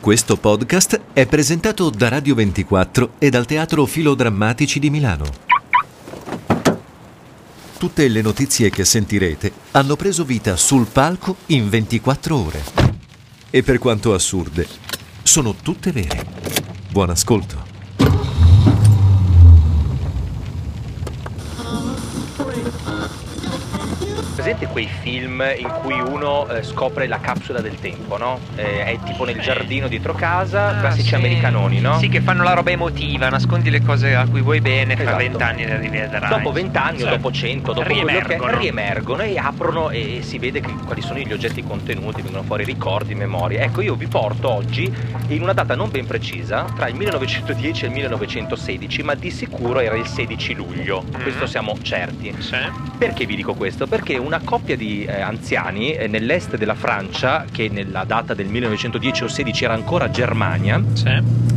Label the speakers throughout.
Speaker 1: Questo podcast è presentato da Radio 24 e dal Teatro Filodrammatici di Milano. Tutte le notizie che sentirete hanno preso vita sul palco in 24 ore. E per quanto assurde, sono tutte vere. Buon ascolto.
Speaker 2: Presente quei film in cui uno eh, scopre la capsula del tempo, no? Eh, è tipo nel giardino dietro casa,
Speaker 3: Ah,
Speaker 2: classici
Speaker 3: sì.
Speaker 2: americanoni, no?
Speaker 3: Sì, che fanno la roba emotiva, nascondi le cose a cui vuoi bene, fra
Speaker 2: Esatto.
Speaker 3: vent'anni le rivederai.
Speaker 2: Dopo vent'anni o
Speaker 3: Sì.
Speaker 2: dopo cento, dopo quello che-
Speaker 3: Riemergono.
Speaker 2: riemergono e aprono e si vede che- quali sono gli oggetti contenuti, vengono fuori ricordi, memorie. Ecco, io vi porto oggi in una data non ben precisa, tra il 1910 e il 1916, ma di sicuro era il 16 luglio,
Speaker 3: Mm.
Speaker 2: questo siamo certi.
Speaker 3: Sì.
Speaker 2: Perché vi dico questo? Perché una coppia di eh, anziani eh, nell'est della Francia, che nella data del 1910 o 16 era ancora Germania,
Speaker 3: Sì.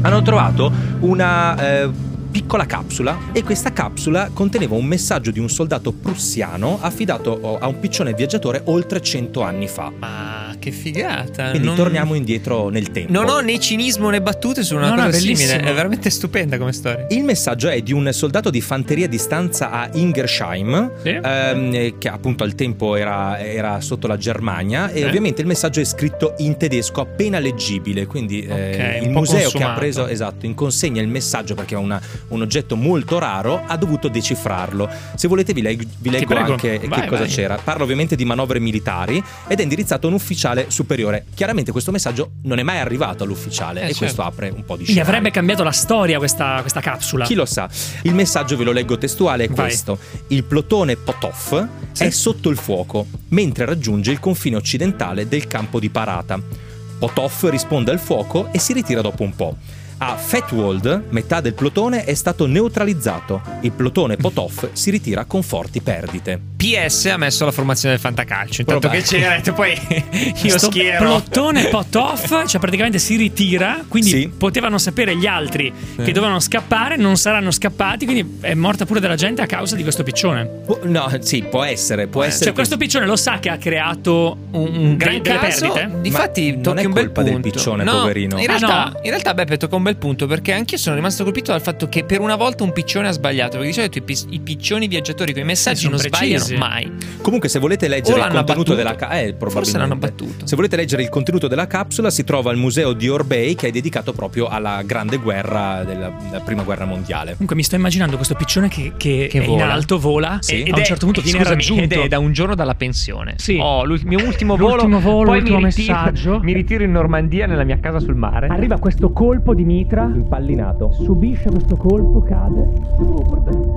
Speaker 2: hanno trovato una eh, piccola capsula e questa capsula conteneva un messaggio di un soldato prussiano affidato oh, a un piccione viaggiatore oltre 100 anni fa.
Speaker 4: Ma che figata!
Speaker 2: Quindi
Speaker 4: Eh, non...
Speaker 2: torniamo indietro nel tempo.
Speaker 4: Non ho né cinismo né battute su una
Speaker 5: No, no,
Speaker 4: cosa
Speaker 5: bellissimo.
Speaker 4: simile. È veramente stupenda come storia.
Speaker 2: Il messaggio è di un soldato di fanteria di stanza a Ingersheim,
Speaker 4: Sì.
Speaker 2: ehm, eh, che appunto al tempo era, era sotto la Germania, e
Speaker 4: Ok.
Speaker 2: ovviamente il messaggio è scritto in tedesco appena leggibile, quindi eh,
Speaker 4: Ok, un
Speaker 2: il
Speaker 4: po'
Speaker 2: museo che ha
Speaker 4: consumato.
Speaker 2: preso esatto, in consegna il messaggio perché è una- un oggetto molto raro, ha dovuto decifrarlo. Se volete vi, leg- vi leggo
Speaker 4: prego.
Speaker 2: anche che
Speaker 4: Vai,
Speaker 2: cosa
Speaker 4: vai.
Speaker 2: c'era. Parla ovviamente di manovre militari ed è indirizzato a un ufficiale superiore. Chiaramente questo messaggio non è mai arrivato all'ufficiale
Speaker 4: Eh,
Speaker 2: e
Speaker 4: certo.
Speaker 2: questo apre un po' di
Speaker 5: Gli
Speaker 2: scenari.
Speaker 5: avrebbe cambiato la storia questa, questa capsula.
Speaker 2: Chi lo sa? Il messaggio ve lo leggo testuale è
Speaker 5: Vai.
Speaker 2: questo. Il plotone Potov è sotto il fuoco, mentre raggiunge il confine occidentale del campo di parata. Potov risponde al fuoco e si ritira dopo un po'. A Fetwald metà del plotone è stato neutralizzato. Il plotone Potov si ritira con forti perdite.
Speaker 4: PS ha messo la formazione del fantacalcio. Intanto
Speaker 2: Probabile.
Speaker 4: che c'era, ha detto poi io
Speaker 5: Sto
Speaker 4: schiero.
Speaker 5: plottone pot off, cioè praticamente si ritira, quindi
Speaker 2: Sì.
Speaker 5: potevano sapere gli altri che dovevano scappare, non saranno scappati, quindi è morta pure della gente a causa di questo piccione.
Speaker 2: Pu- no, sì, può essere, può essere.
Speaker 5: Cioè questo piccione lo sa che ha creato un, un gran-
Speaker 4: Gran
Speaker 5: delle
Speaker 4: caso,
Speaker 5: perdite?
Speaker 4: Difatti,
Speaker 2: Ma
Speaker 4: tocchi
Speaker 2: non è
Speaker 4: un bel
Speaker 2: colpa del
Speaker 4: punto.
Speaker 2: piccione,
Speaker 4: No,
Speaker 2: poverino.
Speaker 4: In
Speaker 5: Ah,
Speaker 4: realtà,
Speaker 5: no?
Speaker 4: in realtà Beppe tocca un bel punto perché anch'io sono rimasto colpito dal fatto che per una volta un piccione ha sbagliato. Perché di solito i, pis- i piccioni viaggiatori con i messaggi
Speaker 5: sono
Speaker 4: non
Speaker 5: precisi.
Speaker 4: sbagliano mai.
Speaker 2: Comunque, se volete
Speaker 4: O
Speaker 2: leggere il
Speaker 4: l'hanno
Speaker 2: contenuto
Speaker 4: abbattuto.
Speaker 2: della ca- eh, probabilmente.
Speaker 4: Forse l'hanno abbattuto.
Speaker 2: Se volete leggere il contenuto della capsula, si trova al museo di Orbei, che è dedicato proprio alla grande guerra della, della prima guerra mondiale.
Speaker 5: Comunque mi sto immaginando questo piccione che, che
Speaker 4: Che
Speaker 5: è
Speaker 4: vola.
Speaker 5: in alto, vola
Speaker 2: Sì.
Speaker 5: e
Speaker 4: Ed
Speaker 5: a un
Speaker 4: è-
Speaker 5: certo punto viene
Speaker 4: scusami, Ed
Speaker 5: raggiunto.
Speaker 4: è da un giorno dalla pensione.
Speaker 5: Sì.
Speaker 4: Ho il mio ultimo volo.
Speaker 5: L'ultimo volo,
Speaker 4: poi
Speaker 5: l'ultimo
Speaker 4: mi ritiro,
Speaker 5: messaggio.
Speaker 4: Mi ritiro in Normandia nella mia casa sul mare.
Speaker 5: Arriva questo colpo di mitra,
Speaker 2: Impallinato.
Speaker 5: subisce questo colpo, cade.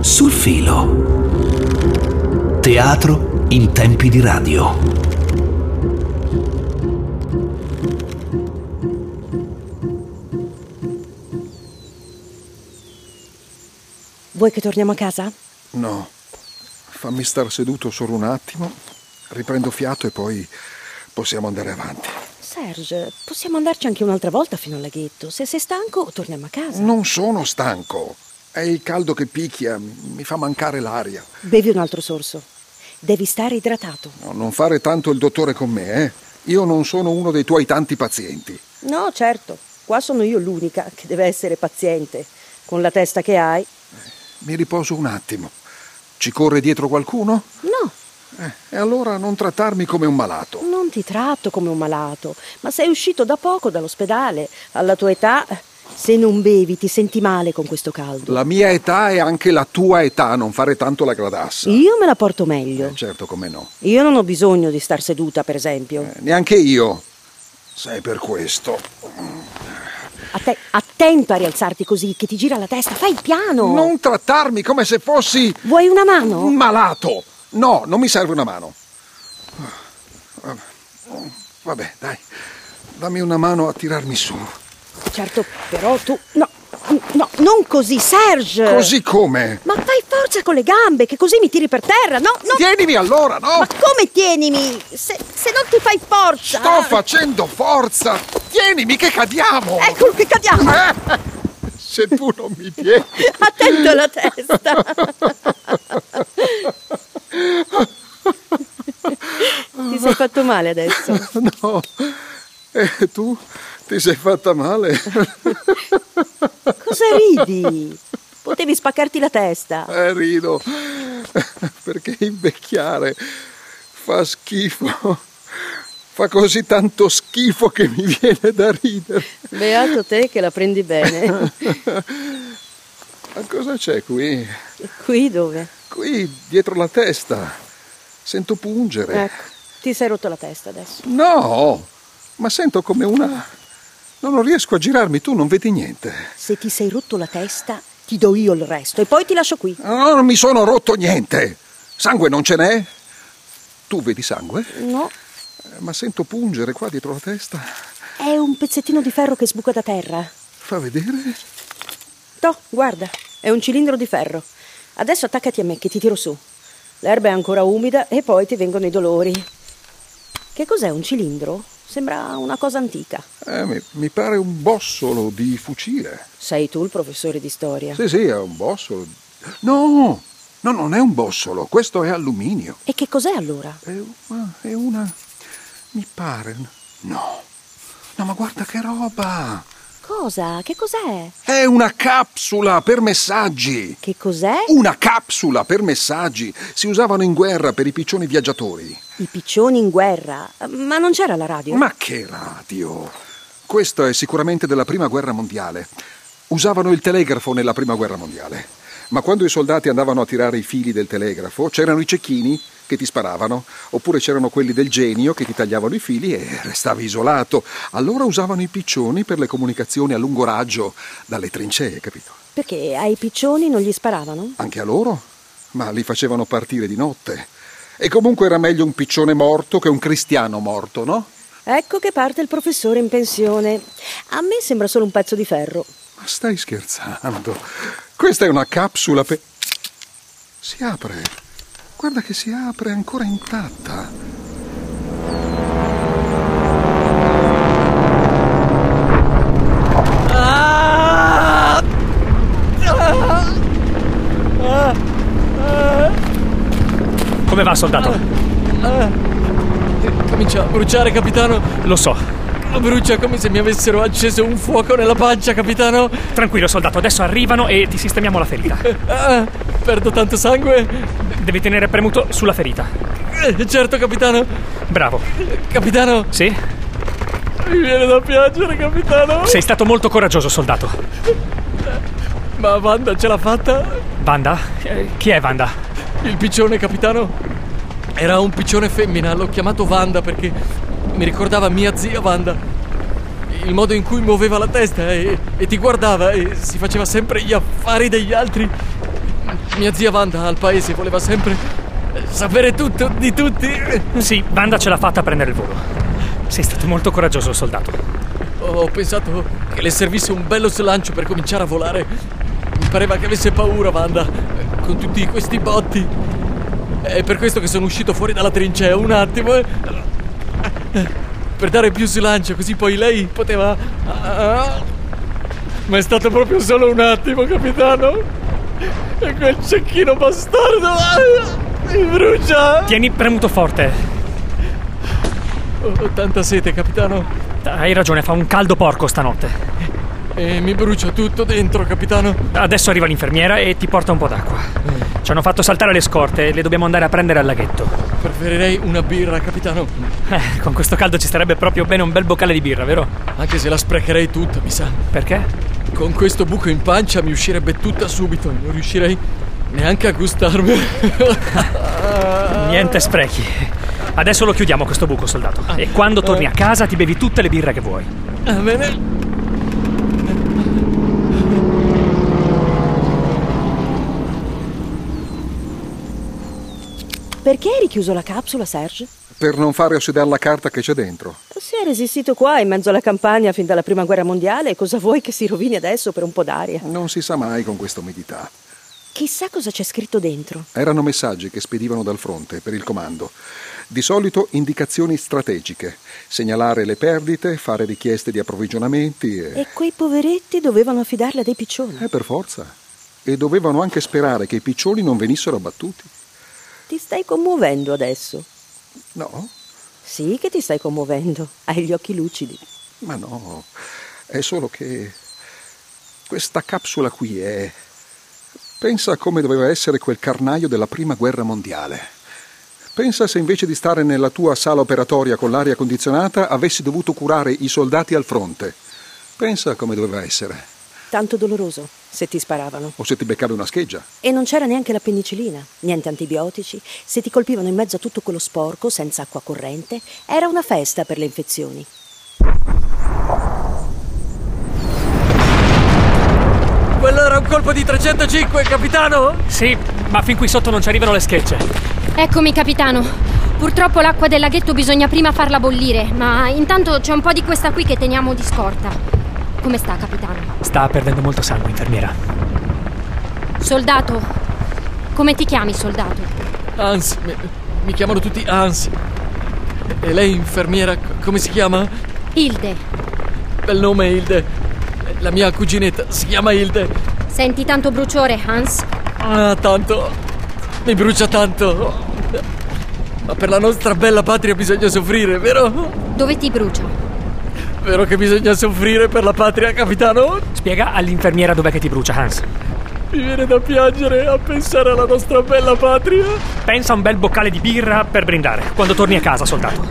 Speaker 6: Sul filo. Teatro in tempi di radio.
Speaker 7: Vuoi che torniamo a casa?
Speaker 8: No, fammi star seduto solo un attimo, riprendo fiato e poi possiamo andare avanti.
Speaker 7: Serge, possiamo andarci anche un'altra volta fino al laghetto. Se sei stanco, torniamo a casa.
Speaker 8: Non sono stanco, è il caldo che picchia, mi fa mancare l'aria.
Speaker 7: Bevi un altro sorso. Devi stare idratato.
Speaker 8: No, non fare tanto il dottore con me, eh? Io non sono uno dei tuoi tanti pazienti.
Speaker 7: No, certo. Qua sono io l'unica che deve essere paziente. Con la testa che hai.
Speaker 8: Mi riposo un attimo. Ci corre dietro qualcuno?
Speaker 7: No,
Speaker 8: Eh, e allora non trattarmi come un malato.
Speaker 7: non ti tratto come un malato, ma sei uscito da poco dall'ospedale. Alla tua età, se non bevi, ti senti male con questo caldo.
Speaker 8: La mia età è anche la tua età, non fare tanto la gradassa.
Speaker 7: Io me la porto meglio.
Speaker 8: Eh, certo, come no.
Speaker 7: Io non ho bisogno di star seduta, per esempio.
Speaker 8: Eh, neanche io. Sai per questo.
Speaker 7: Atte- attento a rialzarti così, che ti gira la testa. Fai piano.
Speaker 8: Non trattarmi come se fossi
Speaker 7: Vuoi una mano?
Speaker 8: un malato. No, non mi serve una mano. Vabbè, dai. Dammi una mano a tirarmi su.
Speaker 7: Certo, però tu... No, no, non così, Serge!
Speaker 8: Così come?
Speaker 7: Ma fai forza con le gambe, che così mi tiri per terra, no? no.
Speaker 8: Tienimi allora, no?
Speaker 7: Ma come tienimi? Se, se non ti fai forza...
Speaker 8: Sto facendo forza. Tienimi che cadiamo.
Speaker 7: Ecco che cadiamo!
Speaker 8: Eh, se tu non mi tieni.
Speaker 7: Attento alla testa. Ti sei fatto male adesso.
Speaker 8: No, e Eh, tu ti sei fatta male.
Speaker 7: Cosa ridi? Potevi spaccarti la testa.
Speaker 8: Eh, rido, perché invecchiare fa schifo. Fa così tanto schifo che mi viene da ridere.
Speaker 7: Beato te che la prendi bene.
Speaker 8: Ma cosa c'è qui?
Speaker 7: Qui dove?
Speaker 8: Qui, dietro la testa. Sento pungere.
Speaker 7: Ecco, ti sei rotto la testa adesso.
Speaker 8: No, ma sento come una... No, non riesco a girarmi, tu non vedi niente.
Speaker 7: Se ti sei rotto la testa, ti do io il resto e poi ti lascio qui.
Speaker 8: No, non mi sono rotto niente. Sangue non ce n'è? Tu vedi sangue?
Speaker 7: No,
Speaker 8: Eh, Ma sento pungere qua dietro la testa.
Speaker 7: è un pezzettino di ferro che sbuca da terra.
Speaker 8: Fa vedere?
Speaker 7: Toh, guarda, è un cilindro di ferro. Adesso attaccati a me che ti tiro su. L'erba è ancora umida e poi ti vengono i dolori. Che cos'è un cilindro? Sembra una cosa antica.
Speaker 8: Eh, mi, mi pare un bossolo di fucile.
Speaker 7: Sei tu il professore di storia.
Speaker 8: Sì, sì, è un bossolo. No, no, non è un bossolo, questo è alluminio.
Speaker 7: E che cos'è allora?
Speaker 8: È una, è una- Mi pare. No. No, ma guarda che roba!
Speaker 7: Cosa? Che cos'è?
Speaker 8: È una capsula per messaggi!
Speaker 7: Che cos'è?
Speaker 8: Una capsula per messaggi! Si usavano in guerra per i piccioni viaggiatori.
Speaker 7: I piccioni in guerra. Ma non c'era la radio?
Speaker 8: Ma che radio! Questo è sicuramente della prima guerra mondiale. Usavano il telegrafo nella prima guerra mondiale. Ma quando i soldati andavano a tirare i fili del telegrafo, c'erano i cecchini che ti sparavano, oppure c'erano quelli del genio che ti tagliavano i fili e restavi isolato. Allora usavano i piccioni per le comunicazioni a lungo raggio, dalle trincee, capito?
Speaker 7: Perché ai piccioni non gli sparavano?
Speaker 8: Anche a loro? Ma li facevano partire di notte. E comunque era meglio un piccione morto che un cristiano morto, no?
Speaker 7: Ecco che parte il professore in pensione. A me sembra solo un pezzo di ferro.
Speaker 8: Ma stai scherzando? Questa è una capsula per... Si apre. Guarda che si apre ancora intatta.
Speaker 9: Come va, soldato?
Speaker 10: Eh, Comincia a bruciare, capitano.
Speaker 9: Lo so.
Speaker 10: Brucia come se mi avessero acceso un fuoco nella pancia, capitano.
Speaker 9: Tranquillo, soldato, adesso arrivano e ti sistemiamo la ferita.
Speaker 10: Ah, perdo tanto sangue.
Speaker 9: Devi tenere premuto sulla ferita.
Speaker 10: Eh, Certo, capitano.
Speaker 9: Bravo.
Speaker 10: Capitano,
Speaker 9: Sì?
Speaker 10: mi viene da piangere, capitano.
Speaker 9: Sei stato molto coraggioso, soldato.
Speaker 10: Ma Wanda ce l'ha fatta?
Speaker 9: Vanda? Eh, Chi è Vanda?
Speaker 10: Il piccione, capitano? Era un piccione femmina, l'ho chiamato Wanda perché mi ricordava mia zia Wanda. Il modo in cui muoveva la testa e, e ti guardava e si faceva sempre gli affari degli altri. Mia zia Wanda al paese voleva sempre eh, sapere tutto di tutti.
Speaker 9: Sì, Vanda ce l'ha fatta a prendere il volo. Sei stato molto coraggioso, soldato.
Speaker 10: Ho pensato che le servisse un bello slancio per cominciare a volare. Mi pareva che avesse paura, Wanda, eh, con tutti questi botti. È per questo che sono uscito fuori dalla trincea un attimo. eh. Eh, Per dare più slancio, così poi lei poteva. Ah. Ma è stato proprio solo un attimo, capitano. E quel cecchino bastardo. ah, Mi brucia!
Speaker 9: Tieni premuto forte.
Speaker 10: Ho tanta sete, capitano.
Speaker 9: Hai ragione, fa un caldo porco stanotte.
Speaker 10: E mi brucia tutto dentro, capitano.
Speaker 9: Adesso arriva l'infermiera e ti porta un po' d'acqua. Ci hanno fatto saltare le scorte e le dobbiamo andare a prendere al laghetto.
Speaker 10: Preferirei una birra, capitano.
Speaker 9: Eh, con questo caldo ci starebbe proprio bene un bel boccale di birra, vero?
Speaker 10: Anche se la sprecherei tutta, mi sa.
Speaker 9: Perché?
Speaker 10: Con questo buco in pancia mi uscirebbe tutta subito. Non riuscirei neanche a gustarmi.
Speaker 9: Niente sprechi. Adesso lo chiudiamo questo buco, soldato. E quando torni a casa ti bevi tutte le birre che vuoi.
Speaker 10: Va bene.
Speaker 7: Perché hai richiuso la capsula, Serge?
Speaker 8: Per non fare ossidare la carta che c'è dentro.
Speaker 7: Si è resistito qua in mezzo alla campagna fin dalla prima guerra mondiale. Cosa vuoi che si rovini adesso per un po' d'aria?
Speaker 8: Non si sa mai con questa umidità.
Speaker 7: Chissà cosa c'è scritto dentro.
Speaker 8: Erano messaggi che spedivano dal fronte per il comando. Di solito indicazioni strategiche, segnalare le perdite, fare richieste di approvvigionamenti e...
Speaker 7: E quei poveretti dovevano affidarla a dei piccioni.
Speaker 8: Eh, per forza. E dovevano anche sperare che i piccioni non venissero abbattuti.
Speaker 7: Ti stai commuovendo adesso.
Speaker 8: No?
Speaker 7: Sì che ti stai commuovendo. Hai gli occhi lucidi.
Speaker 8: Ma no, è solo che questa capsula qui è... Pensa a come doveva essere quel carnaio della prima guerra mondiale. Pensa se invece di stare nella tua sala operatoria con l'aria condizionata avessi dovuto curare i soldati al fronte. Pensa a come doveva essere.
Speaker 7: Tanto doloroso se ti sparavano.
Speaker 8: O se ti beccavi una scheggia.
Speaker 7: E non c'era neanche la penicillina, niente antibiotici. Se ti colpivano in mezzo a tutto quello sporco, senza acqua corrente, era una festa per le infezioni.
Speaker 10: Quello era un colpo di 305, capitano!
Speaker 9: Sì, ma fin qui sotto non ci arrivano le schegge.
Speaker 11: Eccomi, capitano. Purtroppo l'acqua del laghetto bisogna prima farla bollire, ma intanto c'è un po' di questa qui che teniamo di scorta. Come sta, capitano?
Speaker 9: Sta perdendo molto sangue, infermiera.
Speaker 11: Soldato. Come ti chiami, soldato?
Speaker 10: Hans, mi, mi chiamano tutti Hans. E lei, infermiera, c- come si chiama?
Speaker 11: Hilde.
Speaker 10: Bel nome, Hilde. La mia cuginetta si chiama Hilde.
Speaker 11: Senti tanto bruciore, Hans?
Speaker 10: Ah, tanto. Mi brucia tanto. Ma per la nostra bella patria bisogna soffrire, vero?
Speaker 11: Dove ti brucia?
Speaker 10: Vero che bisogna soffrire per la patria, capitano?
Speaker 9: Spiega all'infermiera dov'è che ti brucia, Hans.
Speaker 10: Mi viene da piangere a pensare alla nostra bella patria.
Speaker 9: Pensa a un bel boccale di birra per brindare, quando torni a casa, soldato.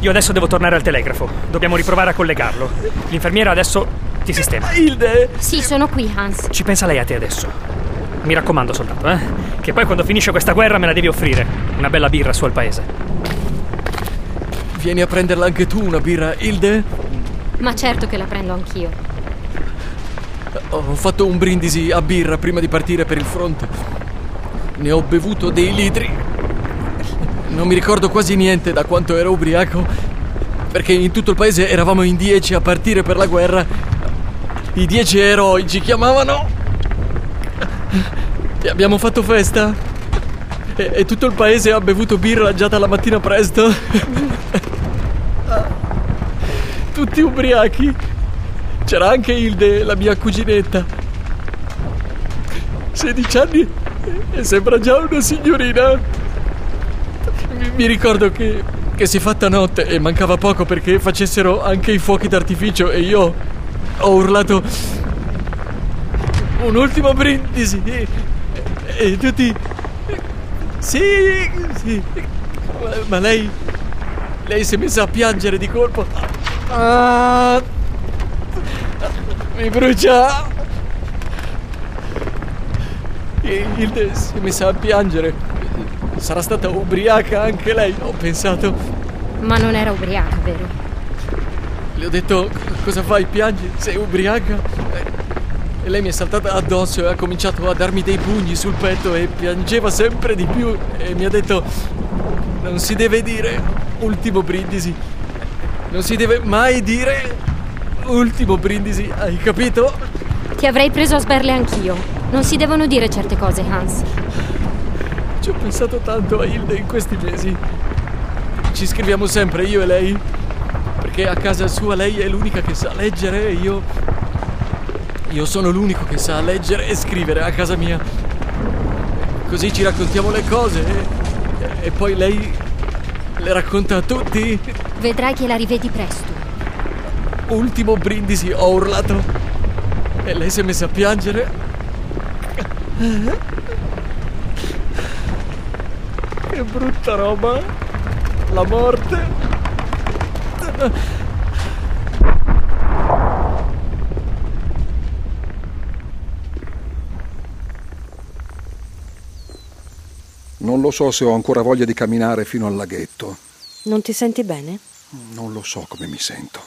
Speaker 9: Io adesso devo tornare al telegrafo. Dobbiamo riprovare a collegarlo. L'infermiera adesso ti sistema.
Speaker 10: Hilde!
Speaker 11: Sì, sono qui, Hans.
Speaker 9: Ci pensa lei a te adesso. Mi raccomando, soldato, eh? Che poi quando finisce questa guerra me la devi offrire. Una bella birra su al paese.
Speaker 10: Vieni a prenderla anche tu una birra, Hilde?
Speaker 11: Ma certo che la prendo anch'io.
Speaker 10: Ho fatto un brindisi a birra prima di partire per il fronte. Ne ho bevuto dei litri. Non mi ricordo quasi niente da quanto ero ubriaco, perché in tutto il paese eravamo in dieci a partire per la guerra. I dieci eroi ci chiamavano. E abbiamo fatto festa. E, e tutto il paese ha bevuto birra già dalla mattina presto. Tutti ubriachi. C'era anche Hilde, la mia cuginetta. 16 anni e sembra già una signorina. Mi, mi ricordo che, che si è fatta notte e mancava poco perché facessero anche i fuochi d'artificio e io ho urlato un ultimo brindisi e, e tutti... Sì, sì. Ma, ma lei... Lei si è messa a piangere di colpo. Ah, mi brucia! Hilde si è messa a piangere. Sarà stata ubriaca anche lei, ho pensato.
Speaker 11: Ma non era ubriaca, vero?
Speaker 10: Le ho detto, cosa fai, piangi? Sei ubriaca? E lei mi è saltata addosso e ha cominciato a darmi dei pugni sul petto e piangeva sempre di più e mi ha detto, non si deve dire ultimo brindisi. Non si deve mai dire ultimo brindisi, hai capito?
Speaker 11: Ti avrei preso a sberle anch'io. Non si devono dire certe cose, Hans.
Speaker 10: Ci ho pensato tanto a Hilde in questi mesi. Ci scriviamo sempre io e lei. Perché a casa sua lei è l'unica che sa leggere e io. Io sono l'unico che sa leggere e scrivere a casa mia. Così ci raccontiamo le cose e, e poi lei le racconta a tutti.
Speaker 11: Vedrai che la rivedi presto
Speaker 10: ultimo brindisi ho urlato e lei si è messa a piangere. Che brutta roba. La morte.
Speaker 8: Non lo so se ho ancora voglia di camminare fino al laghetto.
Speaker 7: Non ti senti bene?
Speaker 8: Non lo so come mi sento.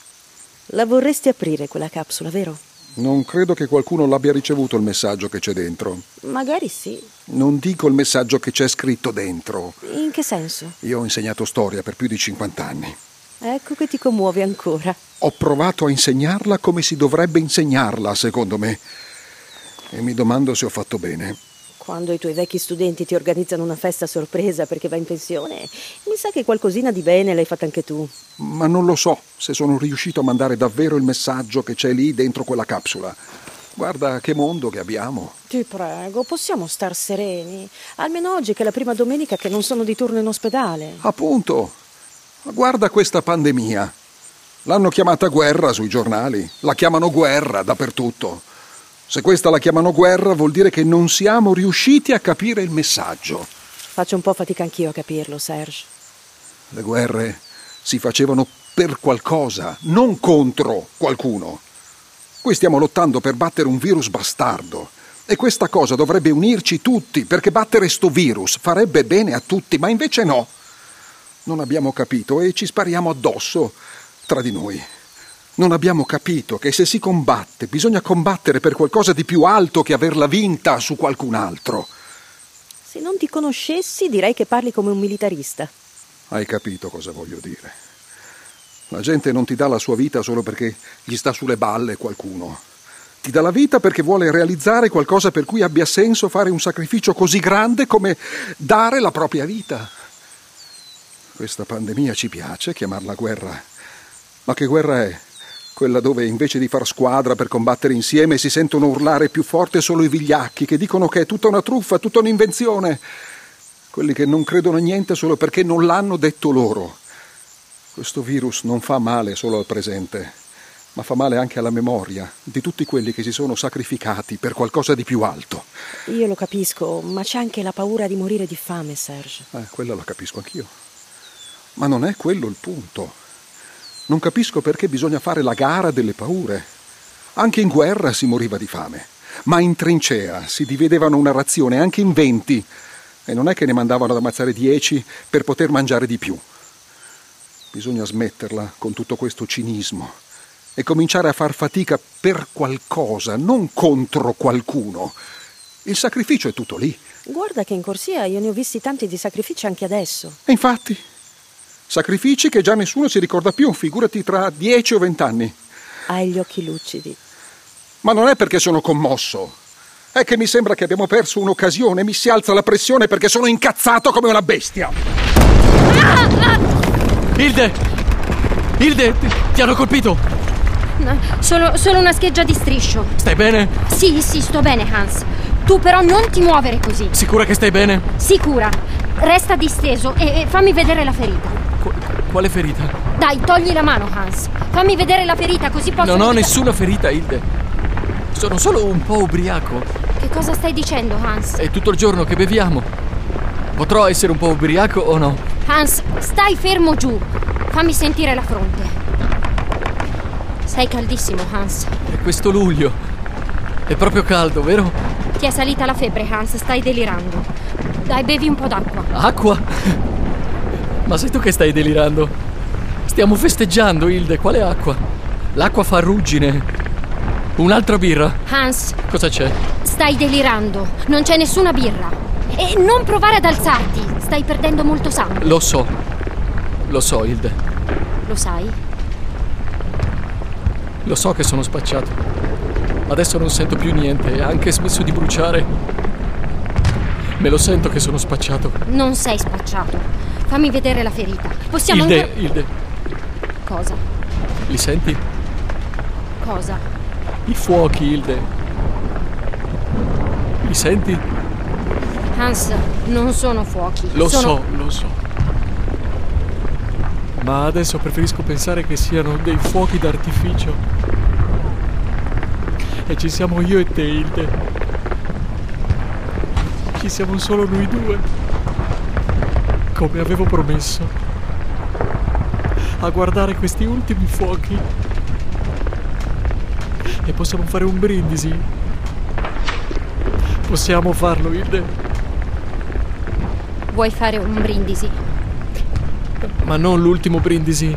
Speaker 7: La vorresti aprire quella capsula, vero?
Speaker 8: Non credo che qualcuno l'abbia ricevuto il messaggio che c'è dentro.
Speaker 7: Magari sì.
Speaker 8: Non dico il messaggio che c'è scritto dentro.
Speaker 7: In che senso?
Speaker 8: Io ho insegnato storia per più di 50 anni.
Speaker 7: Ecco che ti commuovi ancora.
Speaker 8: Ho provato a insegnarla come si dovrebbe insegnarla, secondo me. E mi domando se ho fatto bene.
Speaker 7: Quando i tuoi vecchi studenti ti organizzano una festa a sorpresa perché vai in pensione, mi sa che qualcosina di bene l'hai fatta anche tu.
Speaker 8: Ma non lo so se sono riuscito a mandare davvero il messaggio che c'è lì dentro quella capsula. Guarda che mondo che abbiamo.
Speaker 7: Ti prego, possiamo star sereni. Almeno oggi che è la prima domenica che non sono di turno in ospedale.
Speaker 8: Appunto. Ma guarda questa pandemia. L'hanno chiamata guerra sui giornali. La chiamano guerra dappertutto. Se questa la chiamano guerra vuol dire che non siamo riusciti a capire il messaggio.
Speaker 7: Faccio un po' fatica anch'io a capirlo, Serge.
Speaker 8: Le guerre si facevano per qualcosa, non contro qualcuno. Qui stiamo lottando per battere un virus bastardo. E questa cosa dovrebbe unirci tutti, perché battere sto virus farebbe bene a tutti, ma invece no. Non abbiamo capito e ci spariamo addosso tra di noi. Non abbiamo capito che se si combatte bisogna combattere per qualcosa di più alto che averla vinta su qualcun altro.
Speaker 7: Se non ti conoscessi, direi che parli come un militarista.
Speaker 8: Hai capito cosa voglio dire. La gente non ti dà la sua vita solo perché gli sta sulle balle qualcuno. Ti dà la vita perché vuole realizzare qualcosa per cui abbia senso fare un sacrificio così grande come dare la propria vita. Questa pandemia ci piace chiamarla guerra. Ma che guerra è? Quella dove invece di far squadra per combattere insieme si sentono urlare più forte solo i vigliacchi che dicono che è tutta una truffa, tutta un'invenzione. Quelli che non credono a niente solo perché non l'hanno detto loro. Questo virus non fa male solo al presente, ma fa male anche alla memoria di tutti quelli che si sono sacrificati per qualcosa di più alto.
Speaker 7: Io lo capisco, ma c'è anche la paura di morire di fame, Serge.
Speaker 8: Eh, quella la capisco anch'io. Ma non è quello il punto. Non capisco perché bisogna fare la gara delle paure. Anche in guerra si moriva di fame, ma in trincea si dividevano una razione anche in venti e non è che ne mandavano ad ammazzare dieci per poter mangiare di più. Bisogna smetterla con tutto questo cinismo e cominciare a far fatica per qualcosa, non contro qualcuno. Il sacrificio è tutto lì.
Speaker 7: Guarda che in corsia io ne ho visti tanti di sacrifici anche adesso.
Speaker 8: E infatti, sacrifici che già nessuno si ricorda più, figurati tra 10 o 20 anni.
Speaker 7: Hai gli occhi lucidi.
Speaker 8: Ma non è perché sono commosso. È che mi sembra che abbiamo perso un'occasione, mi si alza la pressione perché sono incazzato come una bestia.
Speaker 10: Hilde! Hilde, ti, ti hanno colpito!
Speaker 11: No, solo, solo una scheggia di striscio.
Speaker 10: Stai bene?
Speaker 11: Sì, sì, sto bene, Hans. Tu però non ti muovere così.
Speaker 10: Sicura che stai bene?
Speaker 11: Sicura. Resta disteso e, e fammi vedere la ferita.
Speaker 10: Quale ferita?
Speaker 11: Dai, togli la mano, Hans. Fammi vedere la ferita così posso.
Speaker 10: non ho
Speaker 11: capire-
Speaker 10: nessuna ferita, Hilde. Sono solo un po' ubriaco.
Speaker 11: Che cosa stai dicendo, Hans?
Speaker 10: È tutto il giorno che beviamo. Potrò essere un po' ubriaco o no?
Speaker 11: Hans, stai fermo giù. Fammi sentire la fronte. Sei caldissimo, Hans.
Speaker 10: È questo luglio. È proprio caldo, vero?
Speaker 11: Ti è salita la febbre, Hans, stai delirando. Dai, bevi un po' d'acqua.
Speaker 10: Acqua? Ma sei tu che stai delirando? Stiamo festeggiando, Hilde. Quale acqua? L'acqua fa ruggine. Un'altra birra?
Speaker 11: Hans,
Speaker 10: Cosa c'è?
Speaker 11: stai delirando. Non c'è nessuna birra. E non provare ad alzarti. Stai perdendo molto sangue,
Speaker 10: Lo so. Lo so, Hilde.
Speaker 11: lo sai?
Speaker 10: Lo so che sono spacciato. Adesso non sento più niente e ha anche smesso di bruciare. Me lo sento che sono spacciato.
Speaker 11: Non sei spacciato. Fammi vedere la ferita. Possiamo
Speaker 10: Hilde,
Speaker 11: ancora-
Speaker 10: Hilde,
Speaker 11: Cosa?
Speaker 10: li senti?
Speaker 11: Cosa?
Speaker 10: I fuochi, Hilde. Li senti?
Speaker 11: Hans, non sono fuochi.
Speaker 10: Lo
Speaker 11: sono...
Speaker 10: so, lo so. Ma adesso preferisco pensare che siano dei fuochi d'artificio. E ci siamo io e te, Hilde. Ci siamo solo noi due. Come avevo promesso. A guardare questi ultimi fuochi. E possiamo fare un brindisi. Possiamo farlo, Hilde.
Speaker 11: Vuoi fare un brindisi?
Speaker 10: Ma non l'ultimo brindisi.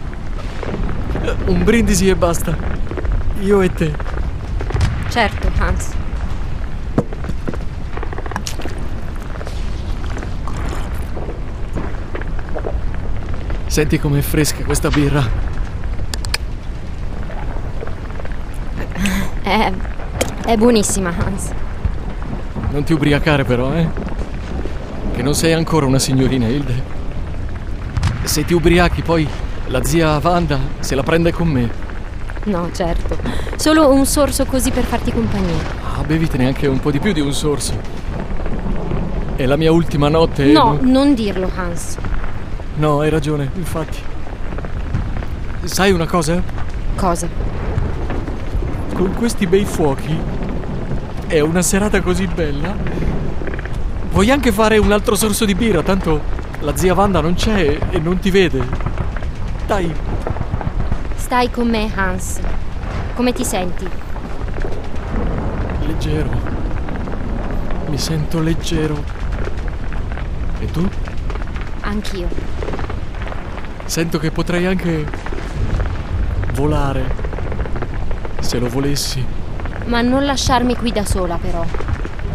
Speaker 10: Eh, Un brindisi e basta. Io e te.
Speaker 11: Certo, Hans.
Speaker 10: Senti com'è fresca questa birra.
Speaker 11: È, è buonissima, Hans.
Speaker 10: Non ti ubriacare però, eh? Che non sei ancora una signorina, Hilde. Se ti ubriachi poi la zia Wanda se la prende con me.
Speaker 11: No, certo. Solo un sorso così per farti compagnia.
Speaker 10: Ah, bevitene anche un po' di più di un sorso. È la mia ultima notte. e
Speaker 11: No,
Speaker 10: non-
Speaker 11: non dirlo, Hans.
Speaker 10: No, hai ragione, infatti. Sai una cosa?
Speaker 11: Cosa?
Speaker 10: Con questi bei fuochi è una serata così bella. Puoi anche fare un altro sorso di birra, tanto la zia Wanda non c'è e non ti vede. Dai,
Speaker 11: Stai con me, Hans. Come ti senti?
Speaker 10: leggero. Mi sento leggero. E tu?
Speaker 11: Anch'io.
Speaker 10: Sento che potrei anche volare. Se lo volessi.
Speaker 11: Ma non lasciarmi qui da sola, però.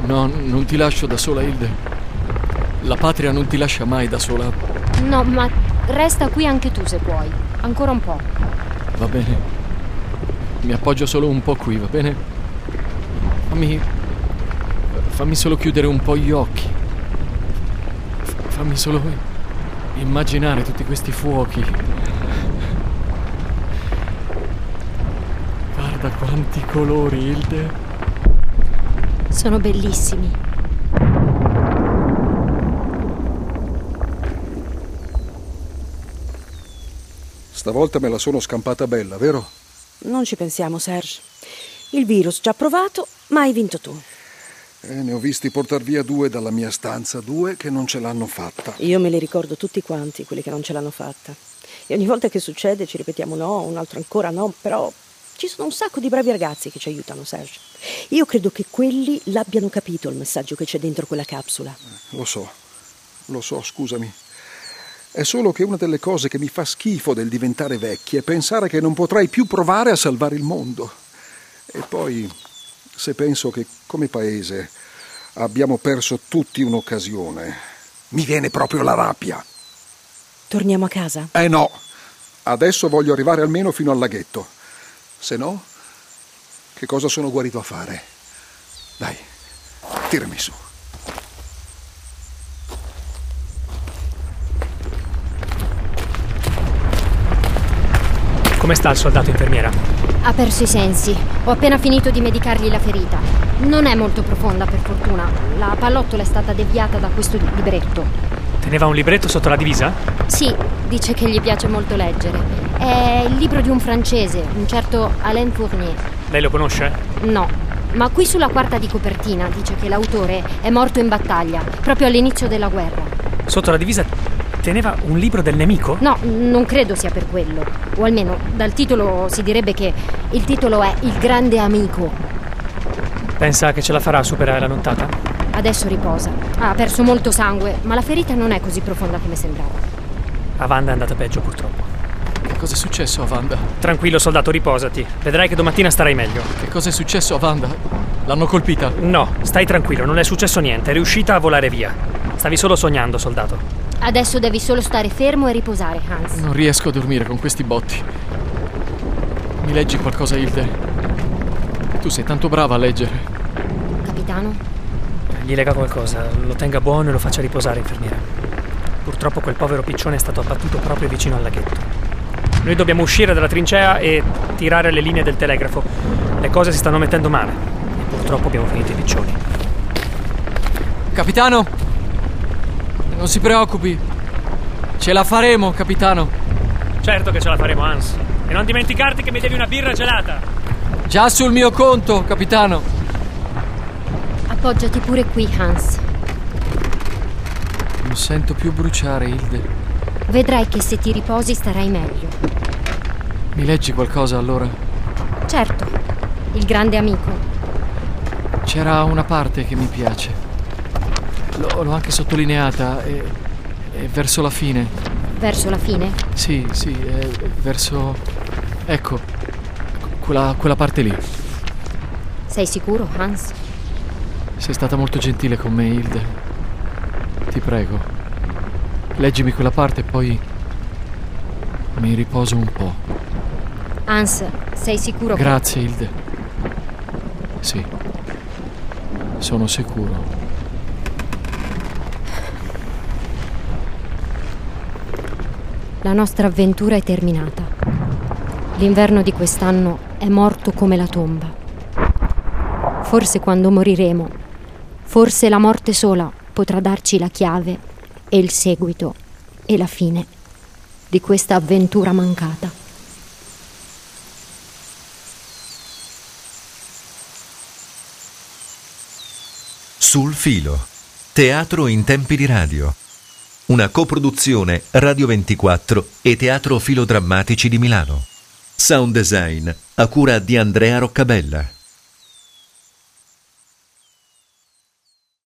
Speaker 10: No, non ti lascio da sola, Hilde. La patria non ti lascia mai da sola.
Speaker 11: No, ma resta qui anche tu se puoi. Ancora un po'.
Speaker 10: Va bene. Mi appoggio solo un po' qui, va bene? Fammi. Fammi solo chiudere un po' gli occhi. F- Fammi solo immaginare tutti questi fuochi. Guarda quanti colori, Hilde.
Speaker 11: Sono bellissimi.
Speaker 8: Stavolta me la sono scampata bella, vero?
Speaker 7: Non ci pensiamo, Serge. Il virus già provato, ma hai vinto tu.
Speaker 8: Eh, ne ho visti portar via due dalla mia stanza, due che non ce l'hanno fatta.
Speaker 7: Io me li ricordo tutti quanti, quelli che non ce l'hanno fatta. E ogni volta che succede ci ripetiamo no, un altro ancora no, però ci sono un sacco di bravi ragazzi che ci aiutano, Serge. Io credo che quelli l'abbiano capito il messaggio che c'è dentro quella capsula.
Speaker 8: Lo so, lo so, scusami. È solo che una delle cose che mi fa schifo del diventare vecchi è pensare che non potrai più provare a salvare il mondo. E poi, se penso che come paese abbiamo perso tutti un'occasione, mi viene proprio la rabbia.
Speaker 7: Torniamo a casa?
Speaker 8: Eh no, adesso voglio arrivare almeno fino al laghetto. Se no, che cosa sono guarito a fare? Dai, tirami su.
Speaker 9: Come sta il soldato infermiera?
Speaker 11: Ha perso i sensi. Ho appena finito di medicargli la ferita. Non è molto profonda, per fortuna. La pallottola è stata deviata da questo libretto.
Speaker 9: Teneva un libretto sotto la divisa?
Speaker 11: Sì, dice che gli piace molto leggere. È il libro di un francese, un certo Alain Fournier.
Speaker 9: Lei lo conosce?
Speaker 11: No, ma qui sulla quarta di copertina dice che l'autore è morto in battaglia, proprio all'inizio della guerra.
Speaker 9: Sotto la divisa teneva un libro del nemico?
Speaker 11: No, non credo sia per quello. O almeno dal titolo si direbbe che il titolo è Il grande amico.
Speaker 9: Pensa che ce la farà a superare la nottata?
Speaker 11: Adesso riposa. Ha perso molto sangue, ma la ferita non è così profonda come sembrava.
Speaker 9: A Wanda è andata peggio, purtroppo.
Speaker 10: Che cosa è successo a Wanda?
Speaker 9: Tranquillo, soldato, riposati. Vedrai che domattina starai meglio.
Speaker 10: Che cosa è successo a Wanda? L'hanno colpita?
Speaker 9: No, stai tranquillo, non è successo niente. È riuscita a volare via. Stavi solo sognando, soldato.
Speaker 11: Adesso devi solo stare fermo e riposare, Hans.
Speaker 10: Non riesco a dormire con questi botti. Mi leggi qualcosa, Hilde? Tu sei tanto brava a leggere.
Speaker 11: Capitano?
Speaker 9: Gli lega qualcosa, lo tenga buono e lo faccia riposare, infermiera. Purtroppo quel povero piccione è stato abbattuto proprio vicino al laghetto. Noi dobbiamo uscire dalla trincea e tirare le linee del telegrafo. Le cose si stanno mettendo male. E purtroppo abbiamo finito i piccioni.
Speaker 10: Capitano! Non si preoccupi. Ce la faremo, capitano.
Speaker 9: Certo che ce la faremo, Hans. E non dimenticarti che mi devi una birra gelata.
Speaker 10: Già sul mio conto, capitano.
Speaker 11: Appoggiati pure qui, Hans.
Speaker 10: Non sento più bruciare, Hilde.
Speaker 11: Vedrai che se ti riposi starai meglio.
Speaker 10: Mi leggi qualcosa allora?
Speaker 11: Certo, il grande amico.
Speaker 10: C'era una parte che mi piace. L'ho, l'ho anche sottolineata e, e verso la fine.
Speaker 11: Verso la fine?
Speaker 10: Sì, sì, è verso... Ecco, quella, quella parte lì.
Speaker 11: Sei sicuro, Hans?
Speaker 10: Sei stata molto gentile con me, Hilde. Ti prego. Leggimi quella parte e poi... Mi riposo un po'.
Speaker 11: Hans, sei sicuro? che-
Speaker 10: Grazie, Hilde. Sì. Sono sicuro.
Speaker 8: La nostra avventura è terminata. L'inverno di quest'anno è morto come la tomba. Forse quando moriremo, forse la morte sola potrà darci la chiave e il seguito e la fine di questa avventura mancata.
Speaker 1: Sul filo. Teatro in tempi di radio. Una coproduzione Radio 24 e Teatro Filodrammatici di Milano. Sound design a cura di Andrea Roccabella.